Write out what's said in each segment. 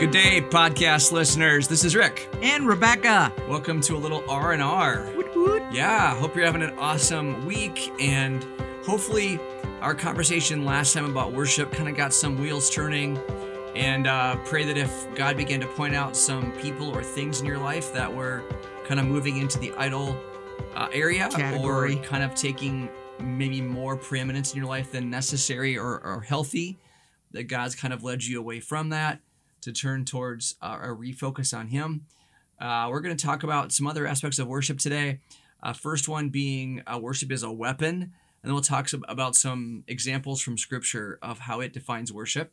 Good day, podcast listeners. This is Rick. and Rebecca. Welcome to a little R and R. Yeah, hope you're having an awesome week, and hopefully, our conversation last time about worship kind of got some wheels turning. And uh, pray that if God began to point out some people or things in your life that were kind of moving into the idol uh, area Category. or kind of taking maybe more preeminence in your life than necessary or, or healthy, that God's kind of led you away from that to turn towards uh, a refocus on Him. Uh, we're going to talk about some other aspects of worship today. Uh, first one being uh, worship is a weapon, and then we'll talk some, about some examples from Scripture of how it defines worship.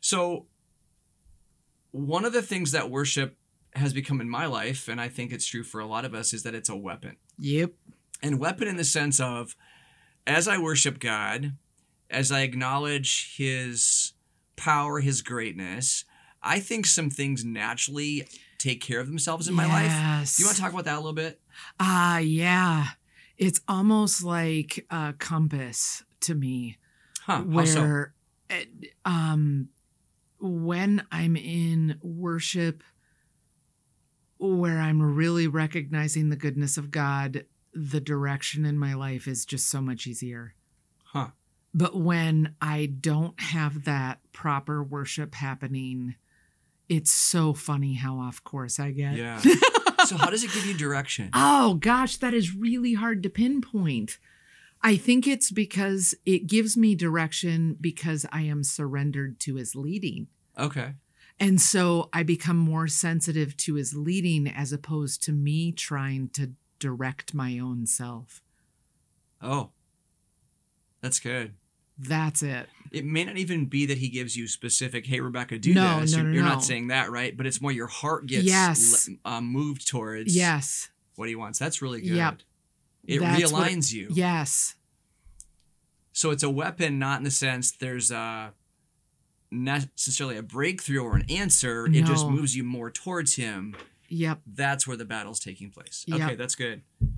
So, one of the things that worship has become in my life, and I think it's true for a lot of us, is that it's a weapon. Yep. And weapon in the sense of as I worship God, as I acknowledge His power, His greatness, I think some things naturally take care of themselves in my life. Do you want to talk about that a little bit? Ah, yeah. It's almost like a compass to me, Huh. how so? where, it- um, when I'm in worship, where I'm really recognizing the goodness of God, the direction in my life is just so much easier. Huh. But when I don't have that proper worship happening, it's so funny how off course I get. Yeah. so how does it give you direction? Oh gosh, that is really hard to pinpoint. I think it's because it gives me direction because I am surrendered to his leading. Okay. And so I become more sensitive to his leading as opposed to me trying to direct my own self. Oh. That's good. That's it. It may not even be that he gives you specific, hey, Rebecca, do No, this. no, You're- no, You're no. not saying that, right? But it's more your heart gets Yes. le- uh, moved towards yes. what he wants. That's really good. Yep. It That's what- realigns you. Yes. So it's a weapon, not in the sense there's a necessarily a breakthrough or an answer. It just No. moves you more towards him. Yep. That's where the battle's taking place. Yep. Okay, that's good. Yep.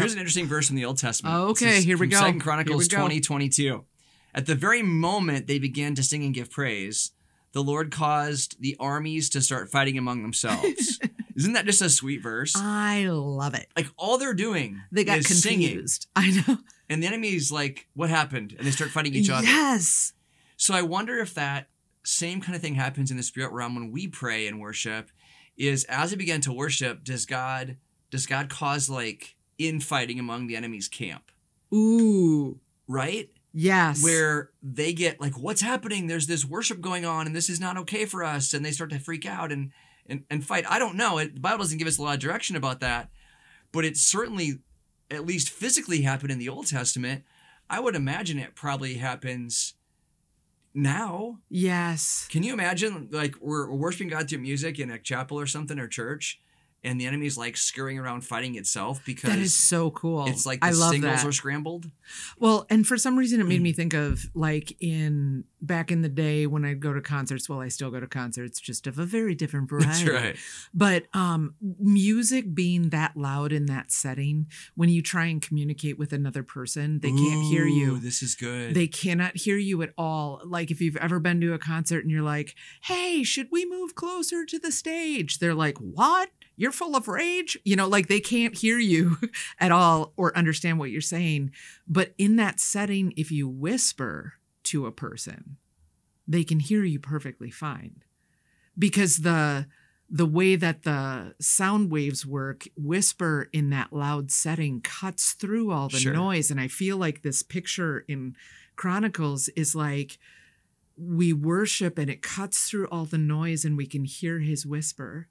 Here's an interesting verse from the Old Testament. Oh, This okay, is here we from go. Second Here Chronicles we go. twenty twenty two. At the very moment they began to sing and give praise, the Lord caused the armies to start fighting among themselves. Isn't that just a sweet verse? I love it. like all they're doing Uh, They got is singing, confused. I know. and the enemy's like, "What happened?" And they start fighting each other. Yes. So I wonder if that same kind of thing happens in the spirit realm when we pray and worship is as we begin to worship, does God does God cause like infighting among the enemy's camp, Ooh. right? Yes. Where they get like, what's happening? There's this worship going on and this is not okay for us. And they start to freak out and and, and fight. I don't know. It, the Bible doesn't give us a lot of direction about that, but it certainly at least physically happened in the Old Testament. I would imagine it probably happens now Yes. Can you imagine, like, we're we're worshiping God through music in a chapel or something or church, and the enemy's like scurrying around fighting itself That is because so cool. it's like the I love singles that. are Mm. scrambled? Well, and for some reason, it made me think of like in back in the day when I'd go to concerts. Well, I still go to concerts, just of a very different variety. But um, music being that loud in that setting, when you try and communicate with another person, they can't hear Ooh, you. This is good. They cannot hear you at all. Like if you've ever been to a concert and you're like, "Hey, should we move closer to the stage?" They're like, "What? You're full of rage?" You know, like they can't hear you at all or understand what you're saying. But in that setting, if you whisper to a person, they can hear you perfectly fine. Because the the way that the sound waves work, whisper in that loud setting cuts through all the Sure. noise. And I feel like this picture in Chronicles is like we worship and it cuts through all the noise and we can hear his whisper.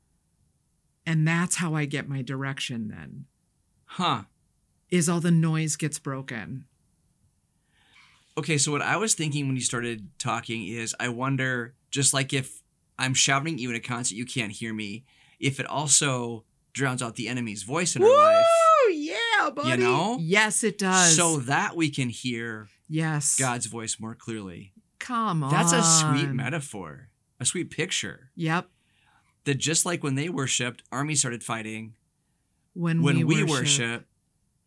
And that's how I get my direction then, huh. is all the noise gets broken. Okay, so what I was thinking when you started talking is I wonder, just like if I'm shouting at you in a concert, you can't hear me, if it also drowns out the enemy's voice in our life. yeah, buddy. know? Yes, it does. So that we can hear yes. God's voice more clearly. Come on. That's a sweet metaphor, a sweet picture. Yep. that just like when they worshipped, armies started fighting. When, When we, we, worship,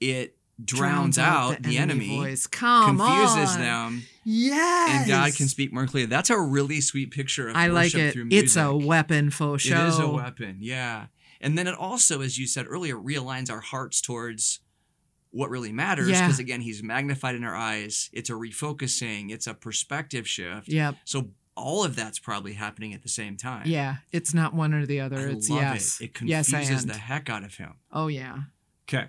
it drowns, out the, enemy, voice. Come confuses on. them, Yes. and God can speak more clearly. That's a really sweet picture of I like worship it. through music. It's a weapon for show. It is a weapon, yeah. And then it also, as you said earlier, realigns our hearts towards what really matters. Yeah. Because again, he's magnified in our eyes. It's a refocusing. It's a perspective shift. Yep. So all of that's probably happening at the same time. Yeah. It's not one or the other. I it's love yes. it. It yes confuses and. the heck out of him. oh yeah. Okay.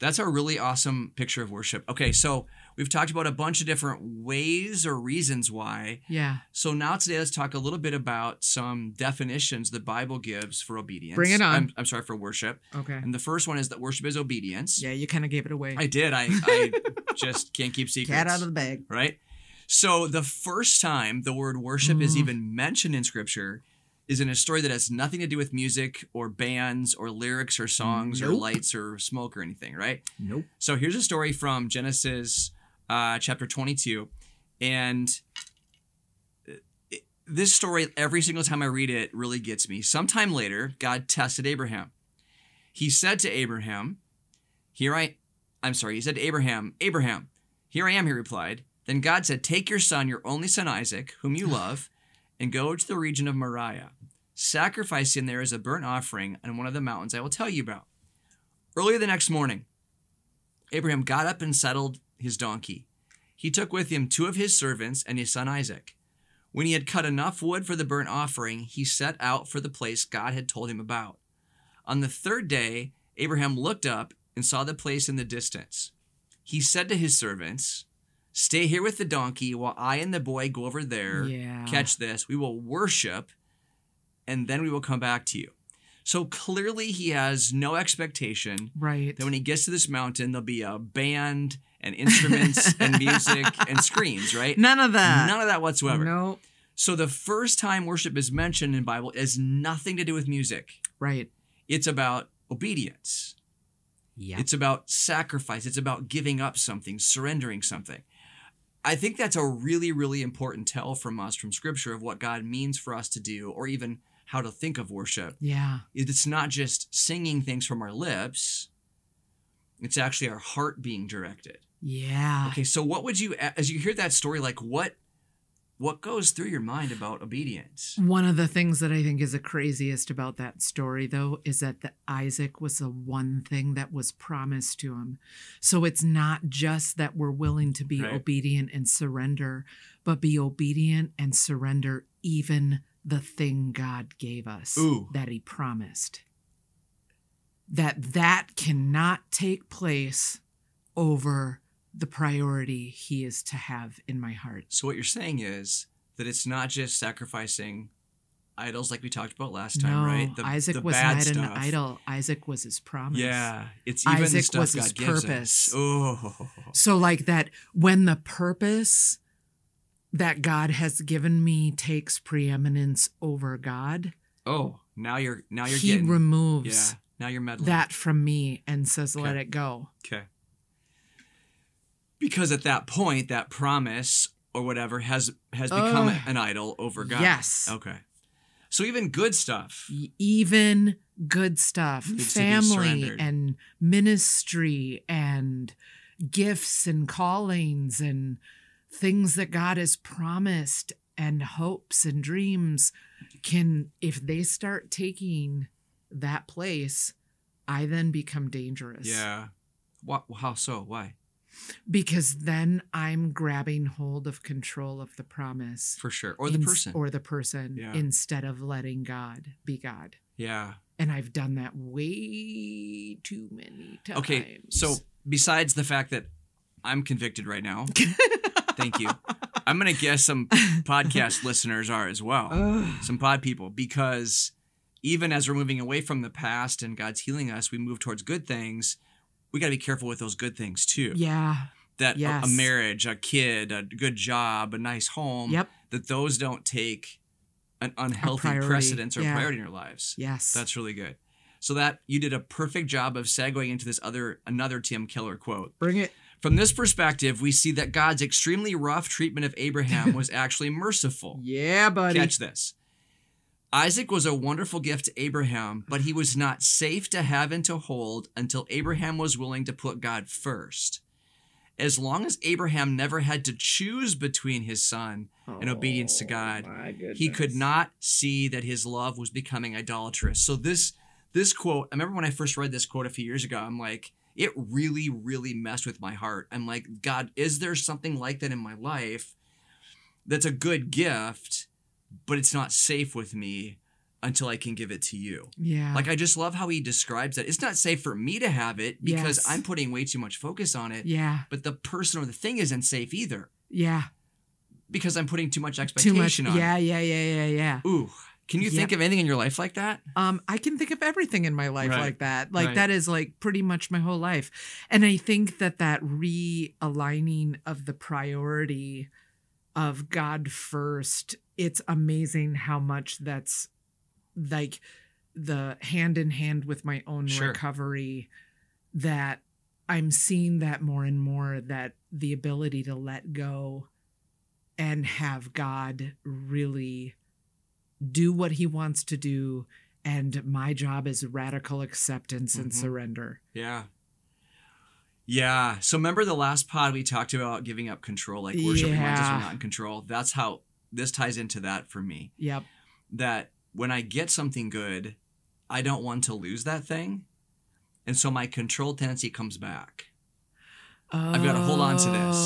That's a really awesome picture of worship. Okay, so we've talked about a bunch of different ways or reasons why. Yeah. So now today, let's talk a little bit about some definitions the Bible gives for obedience. Bring it on. I'm, I'm sorry for worship. Okay. And the first one is that worship is obedience. Yeah, you kind of gave it away. I did. I, I just can't keep secrets. Cat out of the bag. right? So the first time the word worship is Mm. even mentioned in Scripture is in a story that has nothing to do with music or bands or lyrics or songs or Nope. lights or smoke or anything, right? Nope. So here's a story from Genesis uh, chapter 22. And uh, it- this story, every single time I read it, really gets me. Sometime later, God tested Abraham. He said to Abraham, Here I I'm sorry, he said to Abraham, Abraham, here I am, he replied. Then God said, Take your son, your only son Isaac, whom you love, and go to the region of Moriah. Sacrifice him there as a burnt offering on one of the mountains I will tell you about. Early the next morning, Abraham got up and saddled his donkey. He took with him two of his servants and his son Isaac. When he had cut enough wood for the burnt offering, he set out for the place God had told him about. On the third day, Abraham looked up and saw the place in the distance. He said to his servants, Stay here with the donkey while I and the boy go over there Yeah. catch this we will worship and then we will come back to you so clearly he has no expectation Right. that when he gets to this mountain there'll be a band and instruments and music and screens right None of that. none of that whatsoever Nope. so the first time worship is mentioned in bible is nothing to do with music Right. it's about obedience Yeah. it's about sacrifice. It's about giving up something, surrendering something. I think that's a really, really important tell from us from scripture of what God means for us to do or even how to think of worship. Yeah. It's not just singing things from our lips, it's actually our heart being directed. Yeah. Okay, so what would you as you hear that story like what what goes through your mind about obedience? One of the things that I think is the craziest about that story, though, is that the Isaac was the one thing that was promised to him. So it's not just that we're willing to be Right. obedient and surrender, but be obedient and surrender even the thing God gave us Ooh. that He promised. That that cannot take place over the priority He is to have in my heart. So what you're saying is that it's not just sacrificing idols like we talked about last time, right? Isaac was not an idol. Isaac was his promise. Yeah, it's even the Isaac stuff was God his gives purpose. us. Oh, So like that when the purpose that God has given me takes preeminence over God, oh, now you're now you're he getting removes yeah. Now you're meddling. that from me and says, "Let Okay. it go." okay. Because at that point, that promise or whatever has has become Ugh. an idol over God. Yes. Okay. So even good stuff. E- Even good stuff, Needs to be family surrendered. and ministry and gifts and callings and things that God has promised and hopes and dreams can, if they start taking that place, I then become dangerous. Yeah. What? How so? Why? Because then I'm grabbing hold of control of the promise For sure. Or the ins- person. Or the person Yeah. instead of letting God be God. yeah. and I've done that way too many times. Okay. So besides the fact that I'm convicted right now, thank you. I'm gonna guess some podcast listeners are as well. Ugh. some pod people because even as we're moving away from the past and God's healing us, we move towards good things. We got to be careful with those good things too. yeah, That a- a, yes. marriage, a kid, a good job, a nice home, yep, that those don't take an unhealthy priority, precedence or yeah. priority in our lives. yes, That's really good. So that you did a perfect job of segueing into this other another Tim Keller quote. bring it. From this perspective, we see that God's extremely rough treatment of Abraham was actually merciful. Yeah, buddy. Catch this. Isaac was a wonderful gift to Abraham, but he was not safe to have and to hold until Abraham was willing to put God first. As long as Abraham never had to choose between his son Oh and obedience to God, he could not see that his love was becoming idolatrous. So this this quote, I remember when I first read this quote a few years ago, I'm like, it really, really messed with my heart. I'm like, God, is there something like that in my life that's a good gift, but it's not safe with me until I can give it to you? Yeah. Like I just love how he describes that. It's not safe for me to have it because Yes. I'm putting way too much focus on it. yeah. But the person or the thing isn't safe either Yeah. because I'm putting too much Too much. expectation on Yeah. Yeah. Yeah. Yeah. Yeah. it. Ooh. Can you Yeah. think of anything in your life like that? Um, I can think of everything in my life Right. like that. Like Right. that is like pretty much my whole life. And I think that that realigning of the priority of God first, it's amazing how much that's like the hand in hand with my own Sure. recovery that I'm seeing that more and more that the ability to let go and have God really do what he wants to do and my job is radical acceptance and Mhm. surrender. Yeah. Yeah. So remember the last pod we talked about giving up control, like worshiping reminds us we're Yeah. not in control. That's how this ties into that for me. Yep. That when I get something good, I don't want to lose that thing. And so my control tendency comes back. I've gotta hold on to this.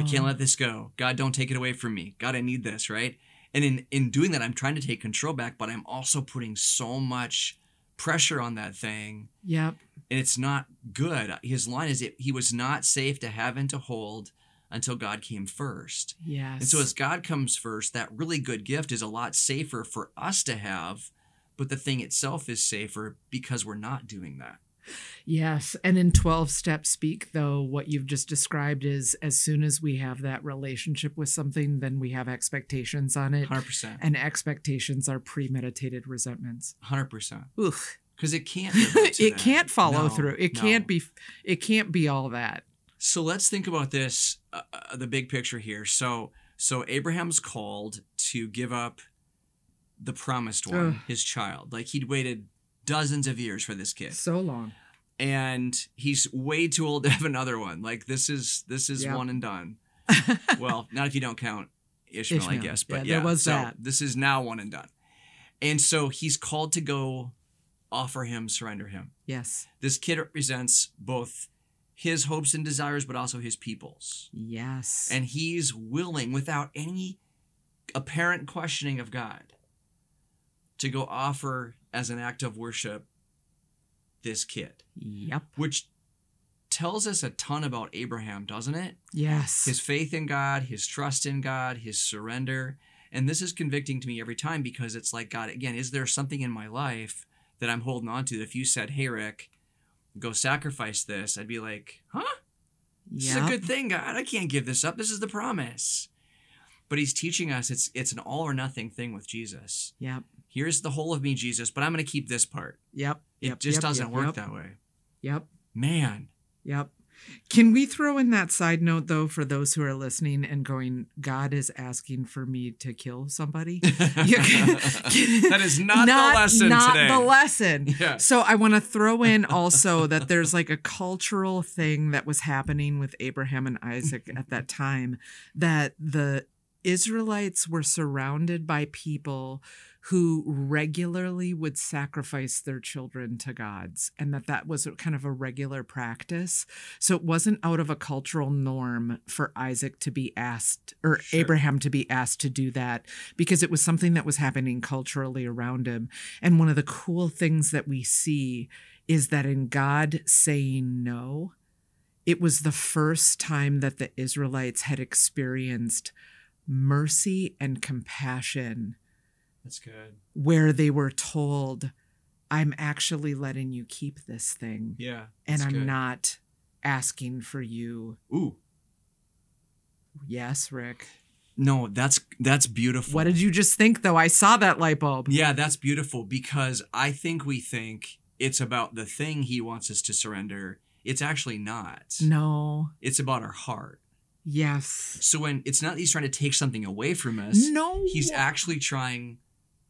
I Oh. can't let this go. God, don't take it away from me. God, I need this, right? And in, in doing that, I'm trying to take control back, but I'm also putting so much pressure on that thing Yep. and it's not good. His line is it, he was not safe to have and to hold until God came first. Yes. And so as God comes first, that really good gift is a lot safer for us to have, but the thing itself is safer because we're not doing that. Yes. And in 12 step speak, though, what you've just described is as soon as we have that relationship with something, then we have expectations on it. 100%. And expectations are premeditated resentments. 100%. Oof. Because it can't. live up to it that. can't follow No, through. It no. can't be it can't be all that. So let's think about this, uh, uh, the big picture here. So, so Abraham's called to give up the promised one, Ugh. his child. Like he'd waited dozens of years for this kid. So long. and he's way too old to have another one. Like this is this is Yep. one and done. Well, not if you don't count Ishmael, I Ishmael. guess. Yeah, But yeah, there was so that. This is now one and done. And so he's called to go offer him, surrender him. yes. This kid represents both his hopes and desires, but also his people's. Yes. And he's willing, without any apparent questioning of God, to go offer as an act of worship this kid yep. which tells us a ton about Abraham, doesn't it? Yes. His faith in God, his trust in God, his surrender. And this is convicting to me every time because it's like, God, again, is there something in my life that I'm holding on to that if you said, hey, Rick, go sacrifice this, I'd be like, huh? This is Yep. a good thing, God. I can't give this up. This is the promise. But he's teaching us it's it's an all or nothing thing with Jesus. Yep. Here's the whole of me, Jesus, but I'm going to keep this part. Yep. It yep, just yep, doesn't yep, work yep, that way. Yep. Man, Yep. Can we throw in that side note though for those who are listening and going, God is asking for me to kill somebody? You can- that is not, the lesson not today. the lesson. Yeah. So I want to throw in also that there's like a cultural thing that was happening with Abraham and Isaac at that time that the Israelites were surrounded by people who regularly would sacrifice their children to gods and that that was kind of a regular practice so it wasn't out of a cultural norm for Isaac to be asked or Sure. Abraham to be asked to do that because it was something that was happening culturally around him and one of the cool things that we see is that in God saying no, it was the first time that the Israelites had experienced mercy and compassion That's good. where they were told, I'm actually letting you keep this thing Yeah. and that's I'm good. not asking for you. Ooh. Yes, Rick. No, that's that's beautiful. What did you just think though? I saw that light bulb. Yeah, that's beautiful because I think we think it's about the thing he wants us to surrender. It's actually not. No. It's about our heart. Yes. So when it's not that he's trying to take something away from us, No. he's actually trying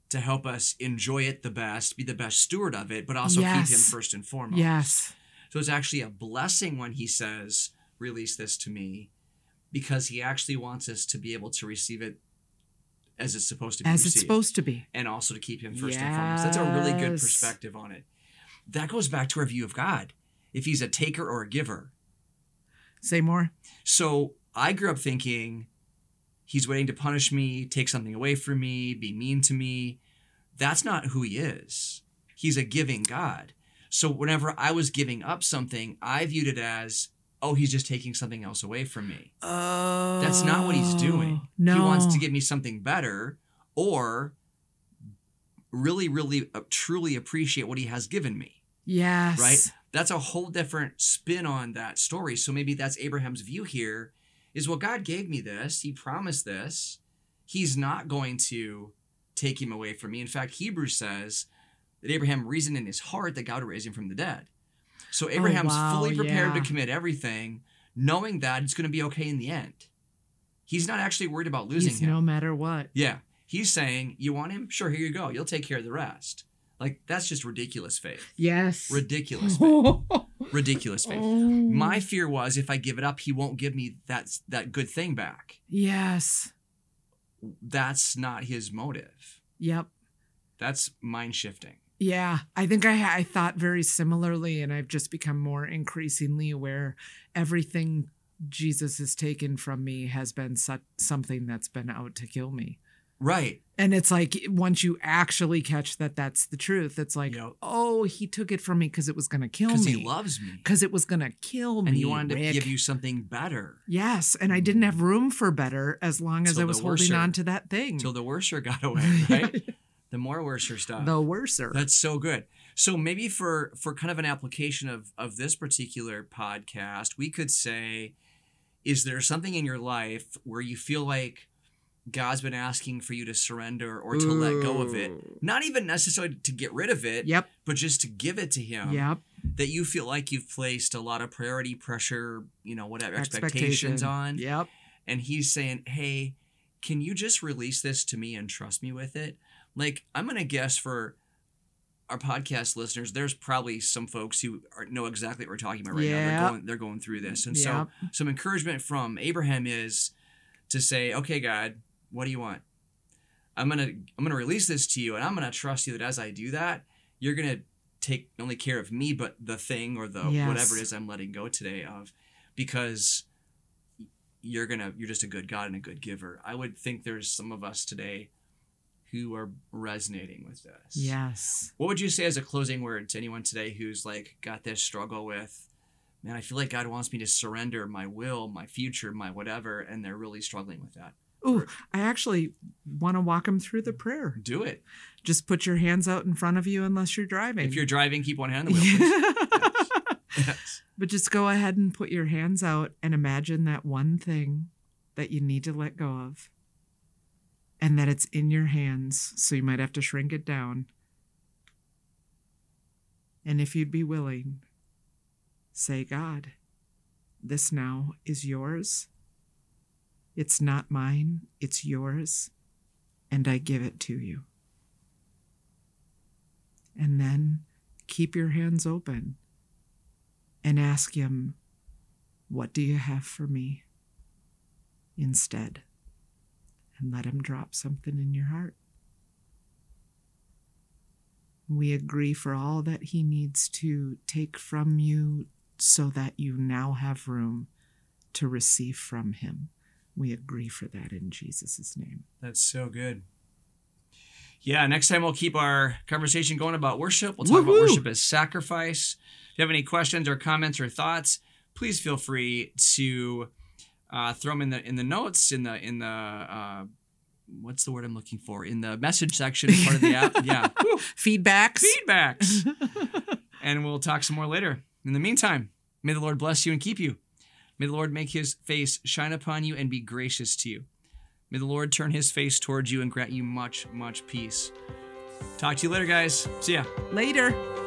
to help us enjoy it the best, be the best steward of it, but also keep him Yes. first and foremost. Yes. So it's actually a blessing when he says, release this to me, because he actually wants us to be able to receive it as it's supposed to be As received. it's supposed to be. and also to keep him first and foremost. That's a really good Yes. perspective on it. That goes back to our view of God, if he's a taker or a giver. Say more. So I grew up thinking he's waiting to punish me, take something away from me, be mean to me. That's not who he is. He's a giving God. So whenever I was giving up something, I viewed it as, oh, he's just taking something else away from me. Oh. That's not what he's doing. No. He wants to give me something better or really, really, uh, truly appreciate what he has given me Yes. right? That's a whole different spin on that story. So maybe that's Abraham's view here is well, God gave me this. He promised this. He's not going to take him away from me. In fact, Hebrews says that Abraham reasoned in his heart that God would raise him from the dead. So Abraham's Oh, wow, fully prepared yeah. to commit everything, knowing that it's going to be okay in the end. He's not actually worried about losing He's him. no matter what. yeah. He's saying, You want him? Sure, here you go. You'll take care of the rest. Like, that's just ridiculous faith. Yes. Ridiculous faith ridiculous faith. Mm. My fear was if I give it up, he won't give me that that good thing back. "Oh." yes. That's not his motive. Yep. That's mind shifting. Yeah, I think I ha- I thought very similarly, and I've just become more increasingly aware. Everything Jesus has taken from me has been such something that's been out to kill me. Right. And it's like once you actually catch that that's the truth, it's like, Yep. oh, he took it from me because it was gonna kill Because he me. loves me. Because it was gonna kill me. And he wanted to Rick. give you something better. Yes, and I didn't have room for better as long as Till I the was holding worser. on to that thing. Till the worser got away, right? the more worser stuff. the worser. That's so good. So maybe for for kind of an application of of this particular podcast, we could say is there something in your life where you feel like God's been asking for you to surrender or to let go of it? Ooh. Not even necessarily to get rid of it, Yep. but just to give it to him. Yep. That you feel like you've placed a lot of priority, pressure, you know, whatever expectations Expectations on. Yep. And he's saying, Hey, can you just release this to me and trust me with it? Like, I'm going to guess for our podcast listeners, there's probably some folks who are, know exactly what we're talking about right now. They're Yep. going, they're going through this. And Yep. so, some encouragement from Abraham is to say, Okay, God, what do you want? I'm gonna I'm gonna release this to you, and I'm gonna trust you that as I do that, you're gonna take not only care of me, but the thing or the Yes. whatever it is I'm letting go today of, because you're gonna you're just a good God and a good giver. I would think there's some of us today who are resonating with this. Yes. What would you say as a closing word to anyone today who's like got this struggle with, man, I feel like God wants me to surrender my will, my future, my whatever, and they're really struggling with that. Ooh, I actually want to walk them through the prayer. Do it. Just put your hands out in front of you unless you're driving. If you're driving, keep one hand on the wheel. please. Yeah. Yes. but just go ahead and put your hands out and imagine that one thing that you need to let go of and that it's in your hands. So you might have to shrink it down. And if you'd be willing, say, God, this now is yours. It's not mine, it's yours. And I give it to you. And then keep your hands open and ask him, What do you have for me? instead. And let him drop something in your heart. We agree for all that he needs to take from you so that you now have room to receive from him. We agree for that in Jesus' name. That's so good. Yeah, next time we'll keep our conversation going about worship. We'll talk about Woohoo! worship as sacrifice. If you have any questions or comments or thoughts, please feel free to uh, throw them in the in the notes in the in the uh, what's the word I'm looking for in the message section part of the app. Yeah, Woo! Feedbacks? feedbacks, and we'll talk some more later. In the meantime, may the Lord bless you and keep you. May the Lord make His face shine upon you and be gracious to you. May the Lord turn His face towards you and grant you much, much peace. Talk to you later, guys. See ya. Later.